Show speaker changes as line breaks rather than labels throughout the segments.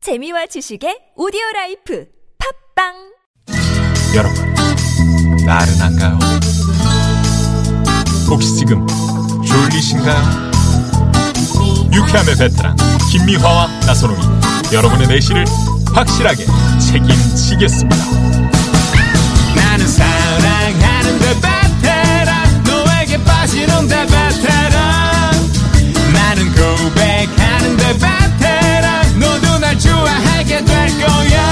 재미와 지식의 오디오 라이프 팝빵
여러분, 나른한가요? 혹시 지금 졸리신가요? 유쾌함의 베테랑 김미화와 나선홍이 여러분의 내실을 확실하게 책임지겠습니다.
나는 사랑하는데 베테랑 너에게 빠지는데 베테랑 나는 고백하는데 베테랑 너도 날 좋아하게 될 거야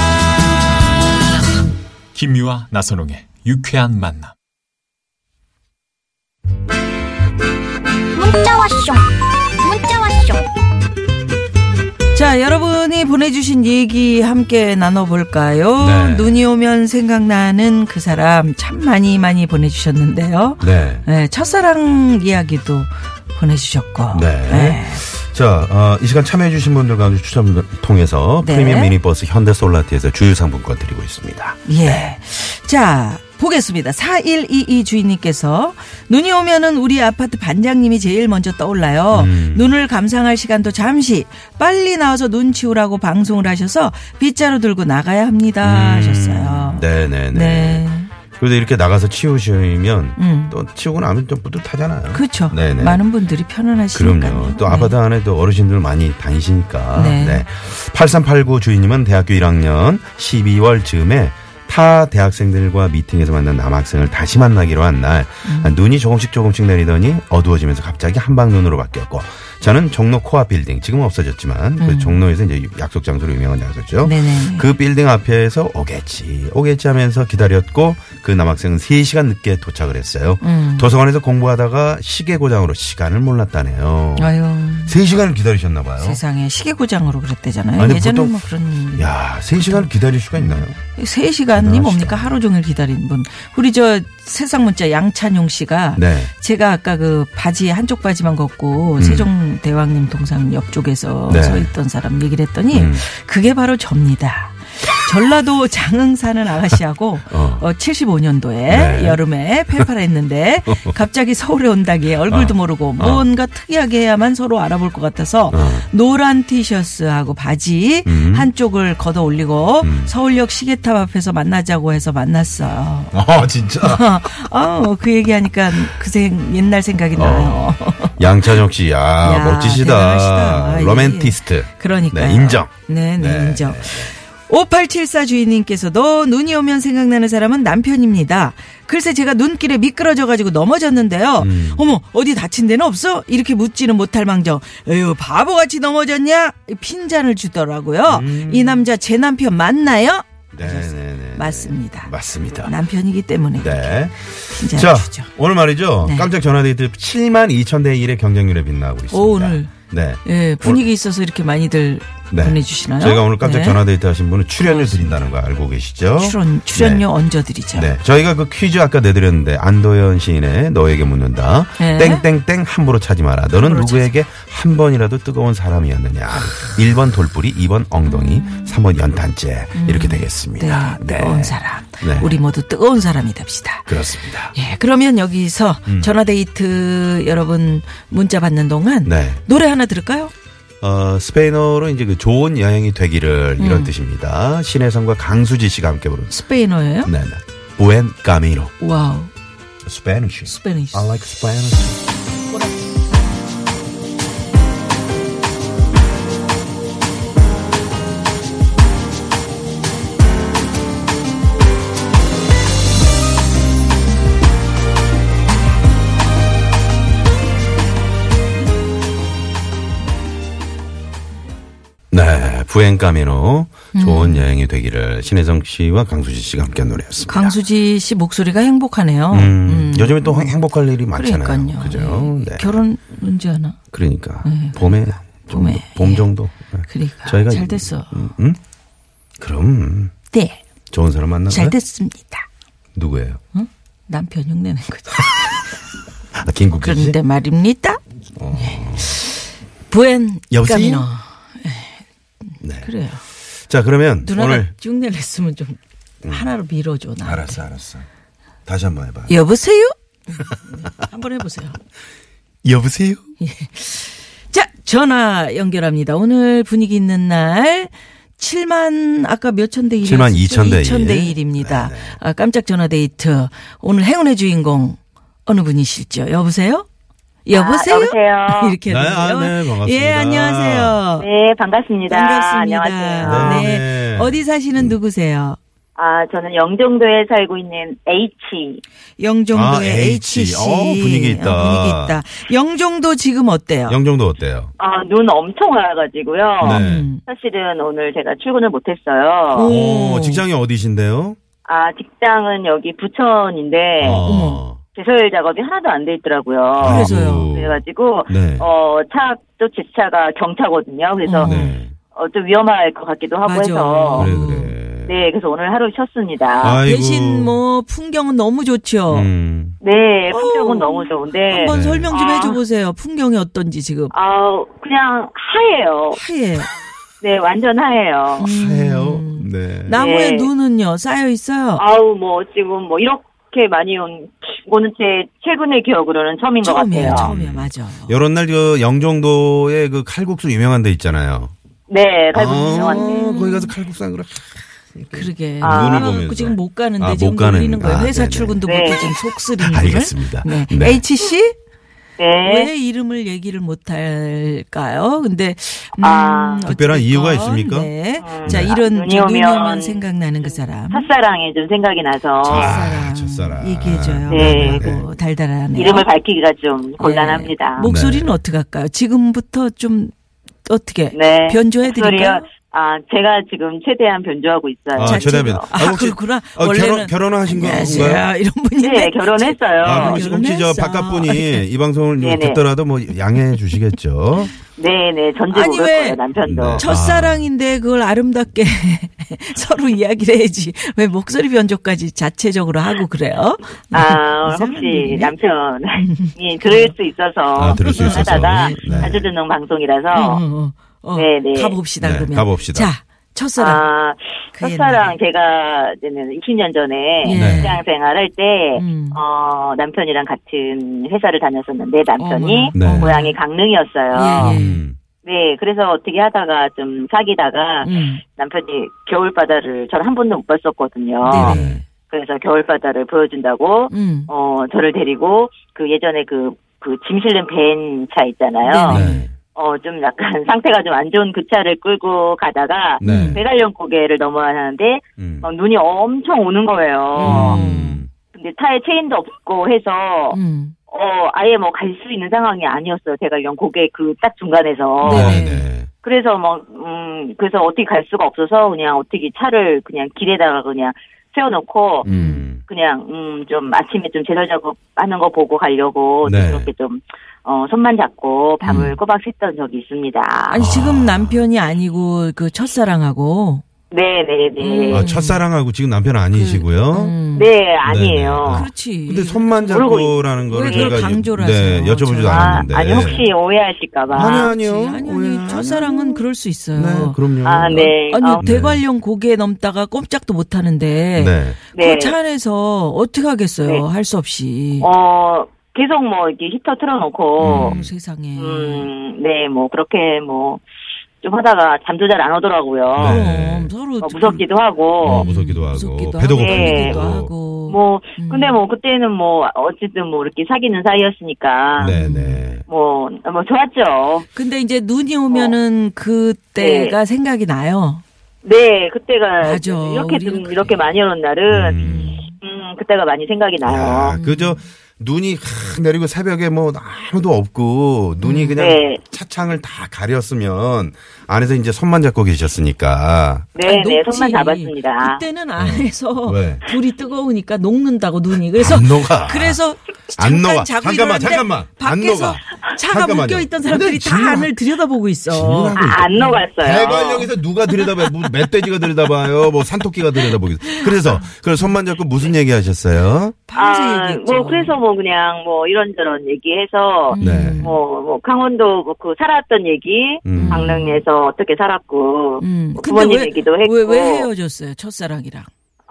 김미화 나선홍의 유쾌한 만남.
문자 왔쇼 문자 왔쇼
자, 여러분이 보내주신 얘기 함께 나눠볼까요?
네.
눈이 오면 생각나는 그 사람 참 많이 많이 보내주셨는데요.
네.
네, 첫사랑 이야기도 보내주셨고.
네. 자, 어, 이 시간 참여해주신 분들 가운데 추첨 통해서
네.
프리미엄 미니버스 현대솔라티에서 주유상품권 드리고 있습니다.
예. 자, 보겠습니다. 4122 주인님께서 눈이 오면은 우리 아파트 반장님이 제일 먼저 떠올라요.
음.
눈을 감상할 시간도 잠시 빨리 나와서 눈 치우라고 방송을 하셔서 빗자루 들고 나가야 합니다. 하셨어요.
음. 네네네.
네.
그래도 이렇게 나가서 치우시면
음.
또 치우고 나면 좀 뿌듯하잖아요.
그렇죠.
네네.
많은 분들이 네. 편안하시니까.
그럼요. 또 아파트 안에도 어르신들 많이 다니시니까.
네.
네. 8389 주인님은 대학교 1학년 12월 즈음에 타 대학생들과 미팅에서 만난 남학생을 다시 만나기로 한 날
음.
눈이 조금씩 조금씩 내리더니 어두워지면서 갑자기 한방 눈으로 바뀌었고 저는 종로 코앞 빌딩 지금은 없어졌지만 그 종로에서 이제 약속 장소로 유명한 장소죠.
음. 네네.
그 빌딩 앞에서 오겠지 오겠지 하면서 기다렸고 그 남학생은 3시간 늦게 도착을 했어요.
음.
도서관에서 공부하다가 시계 고장으로 시간을 몰랐다네요.
아유.
어? 3시간을 기다리셨나 봐요.
세상에 시계 고장으로 그랬대잖아요.
아니,
예전에
보통-
뭐 그런
야, 3시간을 기다릴 수가 있나요?
세 시간이
대단하시다.
뭡니까 하루 종일 기다린 분. 우리 저 세상 문자 양찬용 씨가
네.
제가 아까 그 바지 한쪽 바지만 걷고 세종 대왕님 동상 옆쪽에서
음. 네.
서 있던 사람 얘기를 했더니
음.
그게 바로 접니다. 전라도 장흥 사는 아가씨하고
어.
어, 75년도에
네.
여름에 팔팔했는데 갑자기 서울에 온다기에 얼굴도
어.
모르고
어.
뭔가 특이하게 해야만 서로 알아볼 것 같아서
어.
노란 티셔츠하고 바지
음.
한쪽을 걷어 올리고
음.
서울역 시계탑 앞에서 만나자고 해서 만났어요.
어, 진짜.
어, 그 얘기하니까 그생 옛날
어.
생각이 나요.
양찬혁 씨, 야,
야, 대단하시다.
멋지시다.
아,
로맨티스트.
그러니까
네, 인정.
네, 네,
네.
인정. 5874 주인님께서도 눈이 오면 생각나는 사람은 남편입니다. 글쎄 제가 눈길에 미끄러져가지고 넘어졌는데요.
음.
어머 어디 다친 데는 없어? 이렇게 묻지는 못할 망정. 에휴 바보같이 넘어졌냐? 핀잔을 주더라고요. 이 남자 제 남편 맞나요?
음. 네, 네네네.
맞습니다.
맞습니다.
남편이기 때문에
네.
핀잔을
자,
주죠.
오늘 말이죠.
네.
깜짝 전화데이트 7만 2천 대 1의 경쟁률에 빛나고 있습니다.
오, 오늘.
네.
예, 분위기 있어서 이렇게 많이들
네.
보내주시나요?
저희가 오늘 깜짝
네.
전화데이트 하신 분은 출연료 드린다는 거 알고 계시죠?
출연, 출연료 얹어드리죠.
어? 네. 네. 저희가 그 퀴즈 아까 내드렸는데 안도현 시인의 너에게 묻는다.
네.
땡땡땡 함부로 차지 마라. 너는 누구에게 한 번이라도 뜨거운 사람이었느냐. 1번 돌뿌리, 2번 엉덩이, 3번 연탄재. 이렇게
네,
되겠습니다.
뜨거운 사람.
아, 네.
우리 모두 뜨거운 사람이 답시다.
그렇습니다.
예, 그러면 여기서
음.
전화데이트 여러분 문자 받는 동안
네.
노래 하나 들을까요?
어, 스페인어로 이제 그 좋은 여행이 되기를
음.
이런 뜻입니다. 신혜성과 강수지 씨가 함께 부른
스페인어예요?
네, 네. Buen Camino.
와우,
Spanish.
스페니쉬.
I like Spanish. 네, 부엔 까미노 좋은 여행이 되기를 신혜성 씨와 강수지 씨가 함께한 노래였습니다.
강수지 씨 목소리가 행복하네요.
네. 음, 요즘에 또 행- 행복할 일이 많잖아요.
그러니까요.
그죠?
예,
네.
결혼 문제 하나.
그러니까 봄에 좀
봄에.
더- 봄 정도. 네.
그러니까
저희가
잘 됐어.
음, 음? 그럼
네,
좋은 사람 만나요.
잘 됐습니다.
누구예요?
응? 남편 흉내낸 거죠.
아, 김국진 씨.
그런데 말입니다. 예. 부엔
어. 여보세요?
까미노.
네.
그래요.
자 그러면
누나가
오늘 음.
흉내를 했으면 좀 하나로 밀어줘 나.
알았어 알았어. 다시 한번 해봐.
여보세요? 한번 해보세요. 예.
여보세요.
자, 전화 연결합니다. 오늘 분위기 있는 날 7만 아까 몇천 대 1이
7만 2천 대
2천 대
일. 네,
1입니다. 아, 깜짝 전화 데이트. 오늘 행운의 주인공 어느 분이실지요? 여보세요? 여보세요?
아, 여보세요?
이렇게
네,
하는데요.
아, 네, 반갑습니다.
예, 안녕하세요.
네, 반갑습니다.
반갑습니다.
안녕하세요.
네.
네.
네.
어디 사시는 누구세요?
아, 저는 영종도에 살고 있는 H.
영종도의
아, H.
HC.
어, 분위기 있다.
어, 분위기 있다. 영종도 지금 어때요?
영종도 어때요?
아, 눈 엄청 와가지고요.
음.
네.
사실은 오늘 제가 출근을 못했어요.
오,
오.
직장이 어디신데요?
아, 직장은 여기 부천인데,
어.
제설 작업이 하나도 안 돼 있더라고요.
아,
네. 그래서요.
그래가지고,
네.
어, 차, 또 제 차가 경차거든요. 그래서,
어.
네.
어, 좀 위험할 것 같기도 하고
맞아.
해서,
그래, 그래.
네, 그래서 오늘 하루 쉬었습니다.
아이고.
대신 뭐 풍경은 너무 좋죠.
음.
네, 풍경은 너무 좋은데,
한번
네.
설명 좀
아.
해줘 보세요. 풍경이 어떤지 지금.
아 그냥 하예요.
하얘.
네, 완전 하예요.
음.
하예요. 네.
나무에
네.
눈은요 쌓여 있어요.
아우 뭐 지금 뭐 이렇게 많이 온 거는 제 최근의 기억으로는 처음인 것
처음이에요,
같아요.
처음이야, 맞아.
요런 날 그 영종도에 그 칼국수 유명한 데 있잖아요.
네, 갈비
아.
유명한데.
어, 거기 가서 칼국수 안 그래.
그러게.
아.
눈을
아,
보면서.
지금 못 가는데
아, 못
지금
가는-
놀리는 거예요.
아,
회사
네네.
출근도
네.
못해 지금 속쓰리는
알겠습니다.
거를. 네.
음. 네.
H 씨
네.
왜 이름을 얘기를 못할까요? 근데 음,
아.
특별한
어쨌건,
이유가 있습니까?
네.
음,
자
아,
이런
눈이
저
오면
눈이 오면 생각나는 그 사람. 그
첫사랑이 좀 생각이 나서
아, 첫사랑.
얘기해줘요.
네.
그리고 달달하네요.
이름을 밝히기가 좀 곤란합니다.
네. 목소리는 어떻게 할까요? 지금부터 좀 어떻게
네.
변조해 드릴까요?
목소리요? 아, 제가 지금 최대한 변조하고 있어요.
아, 최대한 변-
아,
아, 혹시-
그렇구나.
아,
원래는
결혼, 결혼하신 건가요?
안녕하세요. 네, 이런 분인데
네, 결혼했어요.
아, 그럼 혹시- 혹시 저
결혼했어.
바깥 분이 이 방송을
네네.
듣더라도 뭐 양해해 주시겠죠?
네, 네. 전주
아니,
오을
왜-
거예요, 남편도.
네.
첫사랑인데 그걸 아름답게 서로 이야기를 해야지 왜 목소리 변조까지 자체적으로 하고 그래요?
아,
이상한
혹시
분이네.
남편이 들을 수 있어서
아, 들을 수 있어서.
하다가
네.
자주 듣는 방송이라서
어, 어,
네, 네.
가봅시다
네,
그러면.
가봅시다.
자 첫사랑.
아,
그
첫사랑 제가 이제는 20년 전에
예.
직장 생활할 때
음.
어, 남편이랑 같은 회사를 다녔었는데 남편이
어머나.
네.
고향이 강릉이었어요.
예, 예.
음.
네, 그래서 어떻게 하다가 좀 사귀다가
음.
남편이 겨울바다를 저는 한 번도 못 봤었거든요.
네네.
네.
그래서 겨울바다를 보여준다고
음.
어, 저를 데리고 그 예전에 그 그 짐 실는 벤 차 있잖아요.
네네.
네.
어, 좀 약간 상태가 좀 안 좋은 그 차를 끌고 가다가
네.
배달령 고개를 넘어야 하는데
음.
어, 눈이 엄청 오는
어.
거예요.
음.
근데 차에 체인도 없고 해서
음.
어 아예 뭐 갈 수 있는 상황이 아니었어요. 제가 이런 고개 그 딱 중간에서
네.
네네.
그래서 뭐음 그래서 어떻게 갈 수가 없어서 그냥 어떻게 차를 그냥 길에다가 그냥 세워놓고
음.
그냥 음좀 아침에 좀 제설 작업 하는 거 보고 가려고 좀
네.
그렇게 좀 어, 손만 잡고 밤을
음.
꼬박 샜던 적이 있습니다.
아니 지금 남편이 아니고 그 첫사랑하고.
네네네.
음.
아, 첫사랑하고 지금 남편 아니시고요.
음.
네 아니에요.
그렇지.
근데 손만
모르고
잡고라는
왜
거를
그걸
저희가
강조를
네,
하세요?
여쭤보지도
저는.
아,
않았는데.
아니 혹시 오해하실까봐.
아니 아니요.
아니
오해
아니
안
첫사랑은
하고.
그럴 수 있어요.
네, 그럼요.
아, 네.
아니
어,
대관령 고개 넘다가 꼼짝도 못 하는데
네.
네.
그 차 안에서 어떻게 하겠어요?
네.
할 수 없이.
어, 계속 뭐, 이렇게 히터 틀어놓고,
음.
어머, 세상에.
음, 네, 뭐, 그렇게 뭐, 좀 하다가 잠도 잘 안 오더라고요.
네.
그럼 어, 서로
뭐
좀
무섭기도
어,
하고,
무섭기도 하고
무섭기도
배도
하고,
고프기도
무섭기도
고프기도 하고.
하고.
뭐,
음.
근데 뭐, 그때는 뭐, 어쨌든 뭐, 이렇게 사귀는 사이였으니까,
네, 네.
뭐, 뭐, 좋았죠.
근데 이제 눈이 오면은
어.
그때가 생각이 나요.
네, 그때가,
맞아.
이렇게 좀,
우리는
이렇게 많이 오는 날은, 음.
음.
그때가 많이 생각이 나요.
야, 그저 눈이 확 내리고 새벽에 뭐 아무도 없고 눈이 그냥
네.
차창을 다 가렸으면 안에서 이제 손만 잡고 계셨으니까.
네,
아니,
네,
녹지.
손만 잡았습니다.
그때는 안에서
음. 왜?
불이 뜨거우니까 녹는다고 눈이. 그래서
안 녹아.
그래서
안
잠깐 자고
녹아. 잠깐만,
일어났는데
잠깐만. 안
밖에서
녹아.
차가
잠깐만요. 네,
묶여 있던 사람들이
근데
다
진짜-
안을 들여다보고 있어.
진짜
아, 안 녹았어요.
대관령에서 누가 들여다봐요? 뭐 멧돼지가 들여다봐요? 뭐 산토끼가 들여다보겠어. 그래서 그걸 손만 잡고 무슨 얘기 하셨어요?
밤새 얘기했죠.
뭐, 그래서 뭐, 그냥 뭐, 이런저런
음.
얘기해서,
네.
뭐, 뭐, 강원도 뭐그 살았던 얘기,
음.
강릉에서 어떻게 살았고,
음.
뭐
근데
부모님
왜,
얘기도 했고.
왜, 왜 헤어졌어요? 첫사랑이랑.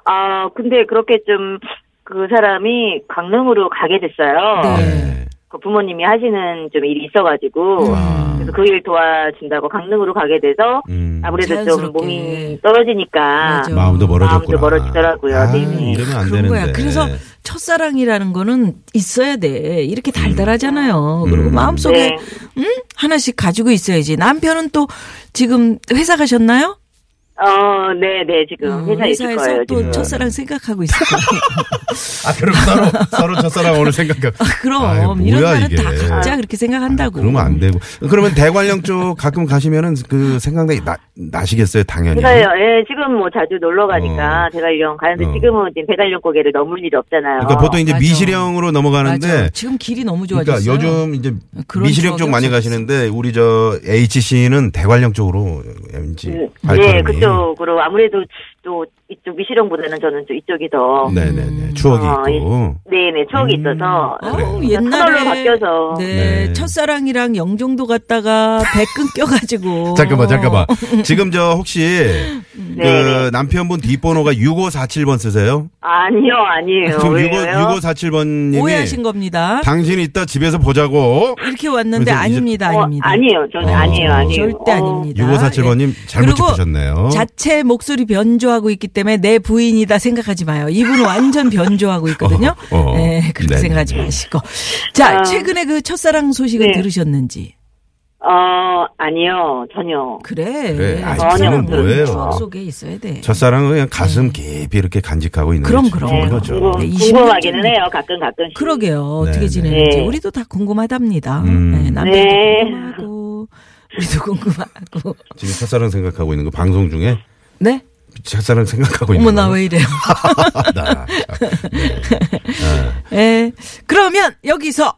아, 근데 그렇게 좀, 그 사람이 강릉으로 가게 됐어요.
네.
네.
그 부모님이 하시는 좀 일이 있어가지고
음.
와.
그래서 그 일 도와준다고 강릉으로 가게 돼서
음.
아무래도
자연스럽게. 네.
좀 몸이 떨어지니까 네.
맞아.
마음도 멀어졌구나.
마음도 멀어지더라고요.
아,
네.
이러면 안
그런
되는데.
거야. 그래서 첫사랑이라는 거는 있어야 돼. 이렇게 달달하잖아요. 그리고
음.
마음속에
네.
음? 하나씩 가지고 있어야지. 남편은 또 지금 회사 가셨나요?
어, 네, 네, 지금
어,
회사에 있을
회사에서
거예요.
또
지금.
첫사랑 생각하고 있을 거예요.
아, 그럼 서로 서로 첫사랑 오늘 생각해.
그럼
아유, 뭐야,
이런 날은
이게.
다 각자 그렇게 생각한다고.
그러면 안 되고. 그러면 대관령 쪽 가끔 가시면은 그 생각나기 나, 나시겠어요, 당연히.
제가요, 예, 지금 뭐 자주 놀러 가니까
어.
대관령 가는데
어.
지금은 지금 대관령 고개를 넘을 일이 없잖아요.
그러니까 보통 이제
맞아.
미시령으로 넘어가는데
맞아. 지금 길이 너무
그러니까
좋아졌어요.
요즘 이제
그런
미시령 쪽
추억이
많이
없었어.
가시는데 우리 저 HC는 대관령 쪽으로 왠지 발걸음이
예, 그쪽으로 아무래도 또 이쪽 미시령보다는 저는 또 이쪽이 더
네네네 음. 아, 추억이
어,
있고
네네 추억이 있어서
그래.
어우,
그냥
옛날에
터널로 바뀌어서
네,
네.
첫사랑이랑 영종도 갔다가 배 끊겨가지고 어,
잠깐만 잠깐만 지금 저 혹시 그
네네.
남편분 뒷번호가 6547번 쓰세요?
아니요 아니에요 어,
지금 65,
네, 왜요?
6547번님이
오해하신 겁니다.
당신 이따 집에서 보자고
이렇게 왔는데
그래서 이제-
아닙니다,
어,
아닙니다.
아니에요 저는
어.
아니에요 아니에요
절대
어,
아닙니다. 네.
6547번님 잘못
그리고
짚으셨네요.
자체 목소리 변조하고 있기 때문에 내 부인이다 생각하지 마요. 이분은 완전 변조하고 있거든요.
어, 어.
네, 그렇게
네네.
생각하지 마시고. 자,
아.
최근에 그 첫사랑 소식을
네.
들으셨는지.
어 아니요 전혀
그래.
그래, 아,
전혀
첫사랑은
뭐예요.
추억 속에 있어야 돼.
첫사랑은 그냥 가슴 깊이 이렇게 간직하고 있는
그럼,
게
그럼.
좋은
네,
거죠.
궁금,
네, 20년
궁금하기는
전에.
해요 가끔 가끔씩
그러게요. 어떻게
네네.
지내는지.
네.
우리도 다 궁금하답니다.
음.
네, 남편도
네.
궁금하고, 우리도 궁금하고.
지금 첫사랑 생각하고 있는 거 방송 중에
네?
첫사랑 생각하고 있는
어머,
거.
나 왜 이래요.
아. 나.
예. 그러면 여기서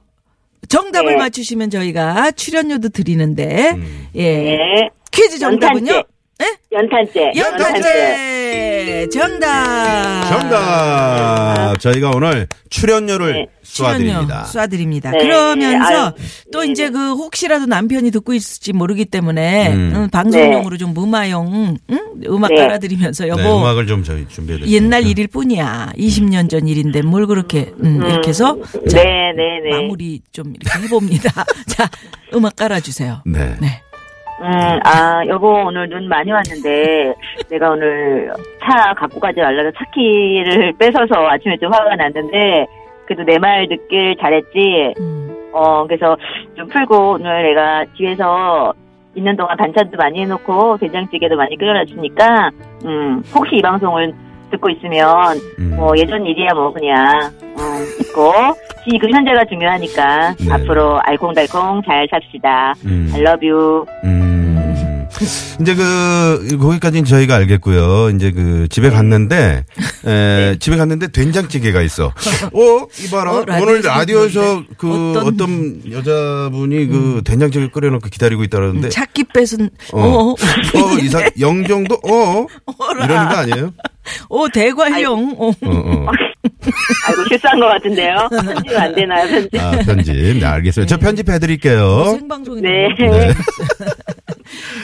정답을
네.
맞추시면 저희가 출연료도 드리는데,
음.
예.
네
퀴즈 정답은요?
연탄재. 네, 연탄재
연탄재! 정답!
정답. 저희가 오늘 출연료를
네.
출연료
쏴드립니다.
쏴드립니다.
네.
그러면서
아유,
또
네.
이제 그 혹시라도 남편이 듣고 있을지 모르기 때문에
음.
음, 방송용으로 좀 음화용 응? 음악
네.
깔아드리면서 여보
네, 음악을 좀 저희 준비해 드릴게요. 네.
옛날 일일 뿐이야. 20년 전 일인데 뭘 그렇게 음, 이렇게 해서 자,
네네네
마무리 좀 이렇게 해봅니다. 자, 음악 깔아주세요.
네.
네.
음, 아, 여보, 오늘 눈 많이 왔는데, 내가 오늘 차 갖고 가지 말라서 차 키를 뺏어서 아침에 좀 화가 났는데, 그래도 내 말 듣길 잘했지.
음.
어, 그래서 좀 풀고, 오늘 내가 집에서 있는 동안 반찬도 많이 해놓고, 된장찌개도 많이 끓여놔 주니까, 음, 혹시 이 방송을 듣고 있으면,
음.
뭐, 예전 일이야, 뭐, 그냥, 음, 있고, 지금 현재가 중요하니까,
네.
앞으로 알콩달콩 잘 삽시다.
음.
I love you.
음. 이제 그 거기까지는 저희가 알겠고요. 이제 그 집에 갔는데 에, 집에 갔는데 된장찌개가 있어. 어 이봐라
네. 어, 라디오에서
오늘 라디오에서
봤는데.
그 어떤, 여자분이 그 된장찌개 끓여놓고 기다리고 있다는데
찾기 뺏은
어.
음. 어, 어,
어 이상 영정도 어
어라.
이러는 거 아니에요?
어 대관령 어.
어, 어.
아이고 실수한 것 같은데요. 편집 안 되나요? 편집.
아 편집 네 알겠어요. 저 편집해 드릴게요.
생방송이
네.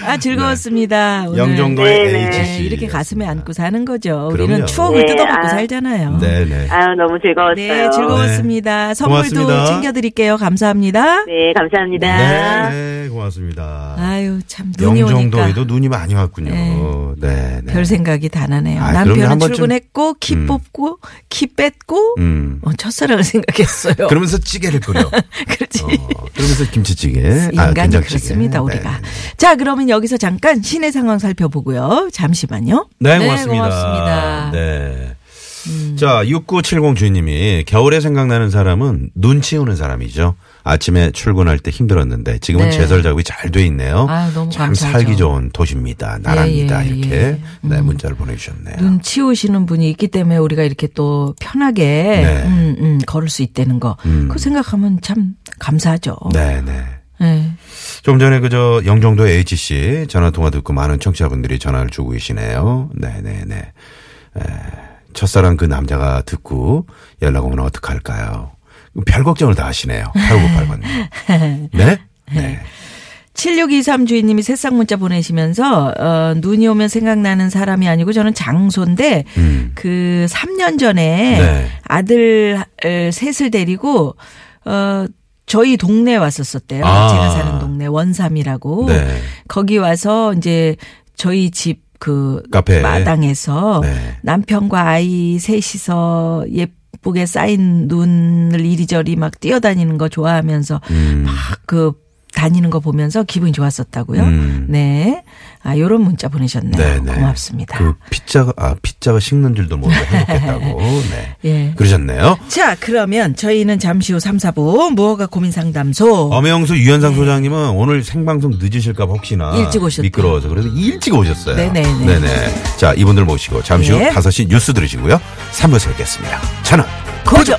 아 즐거웠습니다. 오늘.
네. 영정도의
네, 네.
네,
HC
이렇게 가슴에 안고 사는 거죠.
그럼요.
우리는 추억을
네,
뜯어먹고
아.
살잖아요.
네네. 네.
아유 너무 즐거웠어요.
네, 즐거웠습니다. 선물도
고맙습니다.
챙겨드릴게요. 감사합니다.
네, 감사합니다.
네네 고맙습니다.
아유, 참, 눈이
영종도에도
오니까.
눈이 많이 왔군요.
네.
네. 네.
별 생각이 다 나네요.
아, 그럼요. 한
남편은
번쯤-
출근했고, 키
음.
뽑고, 키 뺐고,
음.
어, 첫사랑을 생각했어요.
그러면서 찌개를 끓여.
그렇지.
어, 그러면서 김치찌개. 아,
인간이
된장찌개.
그렇습니다, 우리가.
네,
자, 그러면 여기서 잠깐 시내 상황 살펴보고요. 잠시만요.
네,
네,
고맙습니다.
고맙습니다. 음.
네. 자, 6970 주인님이 겨울에 생각나는 사람은 눈 치우는 사람이죠. 아침에 출근할 때 힘들었는데 지금은
네.
제설 작업이 잘 돼 있네요.
아유, 너무
참
감사하죠.
살기 좋은 도시입니다.
예,
나라입니다.
예,
이렇게
예.
네, 문자를 보내주셨네요.
눈 치우시는 분이 있기 때문에 우리가 이렇게 또 편하게
네.
음, 음, 걸을 수 있다는 거.
음.
그거 생각하면 참 감사하죠.
네, 네.
네.
좀 전에 그저 영종도 H씨 전화 통화 듣고 많은 청취자분들이 전화를 주고 계시네요. 네네네. 에, 첫사랑 그 남자가 듣고 연락 오면 어떡할까요? 별 걱정을 다 하시네요. 8588번님. 네? 네.
7623 주인님이 새싹 문자 보내시면서 어, 눈이 오면 생각나는 사람이 아니고 저는 장소인데
음.
그 3년 전에
네.
아들 어, 셋을 데리고 어 저희 동네에 왔었었대요.
아.
제가 사는 동네 원삼이라고.
네.
거기 와서 이제 저희 집 그
카페.
마당에서
네.
남편과 아이 셋이서 예쁘게 쌓인 눈을 이리저리 막 뛰어다니는 거 좋아하면서
음.
막 그 다니는 거 보면서 기분이 좋았었다고요.
음.
네. 아, 요런 문자 보내셨네요.
네, 네.
고맙습니다.
그 피자가 아 피자가 식는 줄도 모르고 행복했다고. 네.
예.
그러셨네요.
자, 그러면 저희는 잠시 후 3, 4부 무허가 고민 상담소.
엄영수 유현상 소장님은 오늘 생방송 늦으실까 봐 혹시나
일찍 오셨대요.
미끄러워서 그래서 일찍 오셨어요.
네네네.
네네. 자 이분들 모시고 잠시 후
예.
5시 뉴스 들으시고요. 3부에서 뵙겠습니다. 저는
고정.